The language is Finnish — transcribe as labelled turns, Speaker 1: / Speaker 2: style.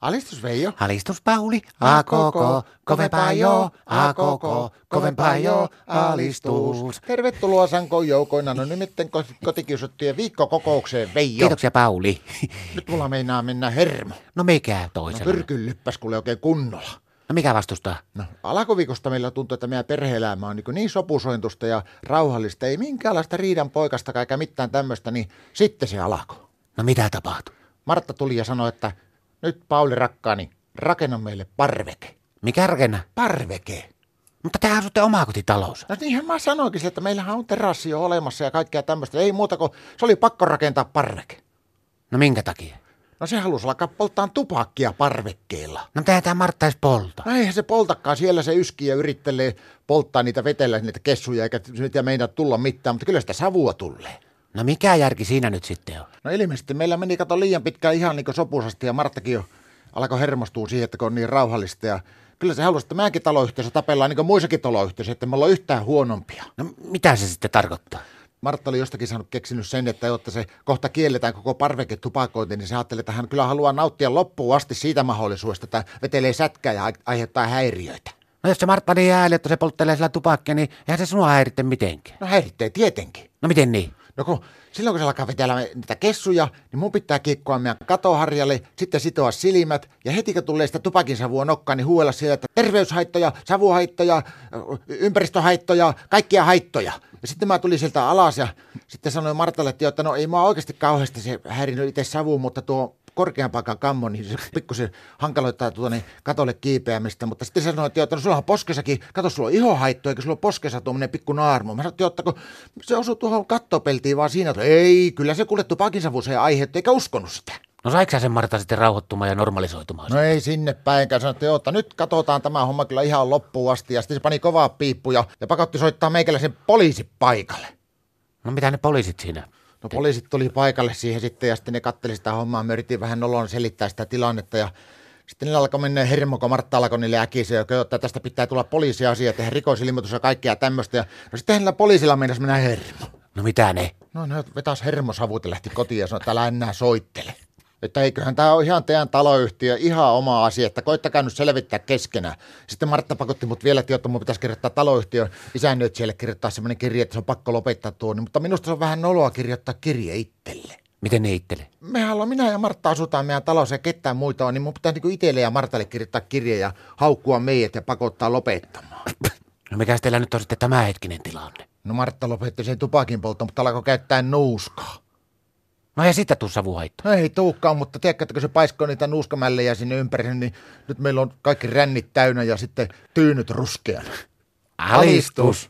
Speaker 1: Alistus Veijo.
Speaker 2: Alistus Pauli, a koko, kovempaa jo, a koko, kovempaa jo, alistus.
Speaker 1: Tervetuloa Sankoon joukoina, no nimitten kotikiusattujen viikkokokoukseen Veijo.
Speaker 2: Kiitoksia Pauli.
Speaker 1: Nyt mulla meinaa mennä hermo.
Speaker 2: No mikä
Speaker 1: No
Speaker 2: toisella?
Speaker 1: pyrkyn lyppäs kuule oikein kunnolla.
Speaker 2: No mikä vastustaa?
Speaker 1: No, alkuviikosta meillä tuntuu, että meidän perhe-elämä on niin, niin sopusointusta ja rauhallista, ei minkäänlaista riidan poikasta eikä mitään tämmöistä, niin sitten se alkoi.
Speaker 2: No mitä tapahtuu?
Speaker 1: Martta tuli ja sanoi, että nyt Pauli rakkaani, rakenna meille parveke.
Speaker 2: Mikä rakenna?
Speaker 1: Parveke.
Speaker 2: Mutta tähän asutte omakotitalous.
Speaker 1: No niinhän mä sanoinkin, sille, että meillähän on terassi jo olemassa ja kaikkea tämmöistä. Ei muuta kuin se oli pakko rakentaa parveke.
Speaker 2: No minkä takia?
Speaker 1: No se halusi alkaa polttaa tupakkia parvekkeella.
Speaker 2: No tää tää Martta edes polta.
Speaker 1: No eihän se poltakaan, siellä se yskii ja yrittelee polttaa niitä vetellä niitä kessuja, eikä niitä meinaa tulla mitään, mutta kyllä sitä savua tulee.
Speaker 2: No mikä järki siinä nyt sitten on?
Speaker 1: No ilmeisesti meillä meni kato liian pitkään ihan niin kuin sopusasti ja Marttakin jo alkoi hermostua siihen, että kun on niin rauhallista ja kyllä se halusi, että mäkin taloyhteisö tapellaan niin kuin muissakin taloyhteisöissä, että me ollaan yhtään huonompia.
Speaker 2: No mitä se sitten tarkoittaa?
Speaker 1: Martta oli jostakin saanut keksinyt sen, että jotta se kohta kielletään koko parveketupakointi, niin se ajatteli, että hän kyllä haluaa nauttia loppuun asti siitä mahdollisuudesta, että vetelee sätkää ja ai- aiheuttaa häiriöitä.
Speaker 2: No jos se Martta niin ääli, että se polttelee sillä tupakkia, niin eihän se sinua häiritte mitenkään.
Speaker 1: No häiritsee tietenkin.
Speaker 2: No miten niin?
Speaker 1: No kun, silloin kun se alkaa vetellä niitä kessuja, niin mun pitää kikkoa meidän katoharjalle, sitten sitoa silmät, ja heti kun tulee sitä tupakinsavua nokkaan, niin huuella siellä, että terveyshaittoja, savuhaittoja, y- ympäristöhaittoja, kaikkia haittoja. Ja sitten mä tulin sieltä alas ja sitten sanoin Martalle, että, joo, että no ei mä oikeasti kauheasti se häirinyt itse savu, mutta tuo korkean paikan kammo, niin se pikkusen hankaloittaa tuota niin katolle kiipeämistä. Mutta sitten se sanoi, että, joo, että no, sulla on poskessakin, kato, sulla on ihohaitto, eikö sulla ole poskessa tuommoinen pikku naarmu. Mä sanoin, että, joo, että kun se osui tuohon kattopeltiin vaan siinä, että ei, kyllä se kuljettu pakinsavuseen aiheutti, eikä uskonut sitä.
Speaker 2: No saiko sä sen Martta sitten rauhoittumaan ja normalisoitumaan?
Speaker 1: No ei sinne päinkään. Sanoin, että, joo, että nyt katsotaan tämä homma kyllä ihan loppuun asti. Ja sitten se pani kovaa piippuja ja pakotti soittaa meikäläisen poliisi paikalle.
Speaker 2: No mitä ne poliisit siinä?
Speaker 1: No poliisit tuli paikalle siihen sitten ja sitten ne katteli sitä hommaa. Me yritin vähän nolon selittää sitä tilannetta ja sitten niillä alkoi mennä hermo, kun Martta alkoi niille äkisiä, joka että tästä pitää tulla poliisiasia, tehdä rikosilmoitus ja kaikkea tämmöistä. Ja no sitten niillä poliisilla mennessä mennä hermo.
Speaker 2: No mitä ne?
Speaker 1: No ne vetäisi hermosavut ja lähti kotiin ja sanoi, että älä enää soittele. Että eiköhän tämä ole ihan teidän taloyhtiö, ihan oma asia, että koittakaa nyt selvittää keskenään. Sitten Martta pakotti mut vielä, että jotta mun pitäisi kirjoittaa taloyhtiön isännöitsijälle kirjoittaa semmoinen kirje, että se on pakko lopettaa tuo, niin, mutta minusta se on vähän noloa kirjoittaa kirje itselle.
Speaker 2: Miten ne ittele?
Speaker 1: Mehän ollaan, minä ja Martta asutaan meidän talossa ja ketään muita on, niin mun pitää niinku itselle ja Martalle kirjoittaa kirje ja haukkua meidät ja pakottaa lopettamaan.
Speaker 2: No mikä teillä nyt on sitten tämä hetkinen tilanne?
Speaker 1: No Martta lopetti sen tupakin polton, mutta alkoi käyttää nuuskaa.
Speaker 2: No ja sitten tuu savuhaitto.
Speaker 1: No ei tuukkaan, mutta tiedätkö, että kun se paiskoo niitä nuuskamällejä sinne ympäri, niin nyt meillä on kaikki rännit täynnä ja sitten tyynyt ruskeana. Alistus.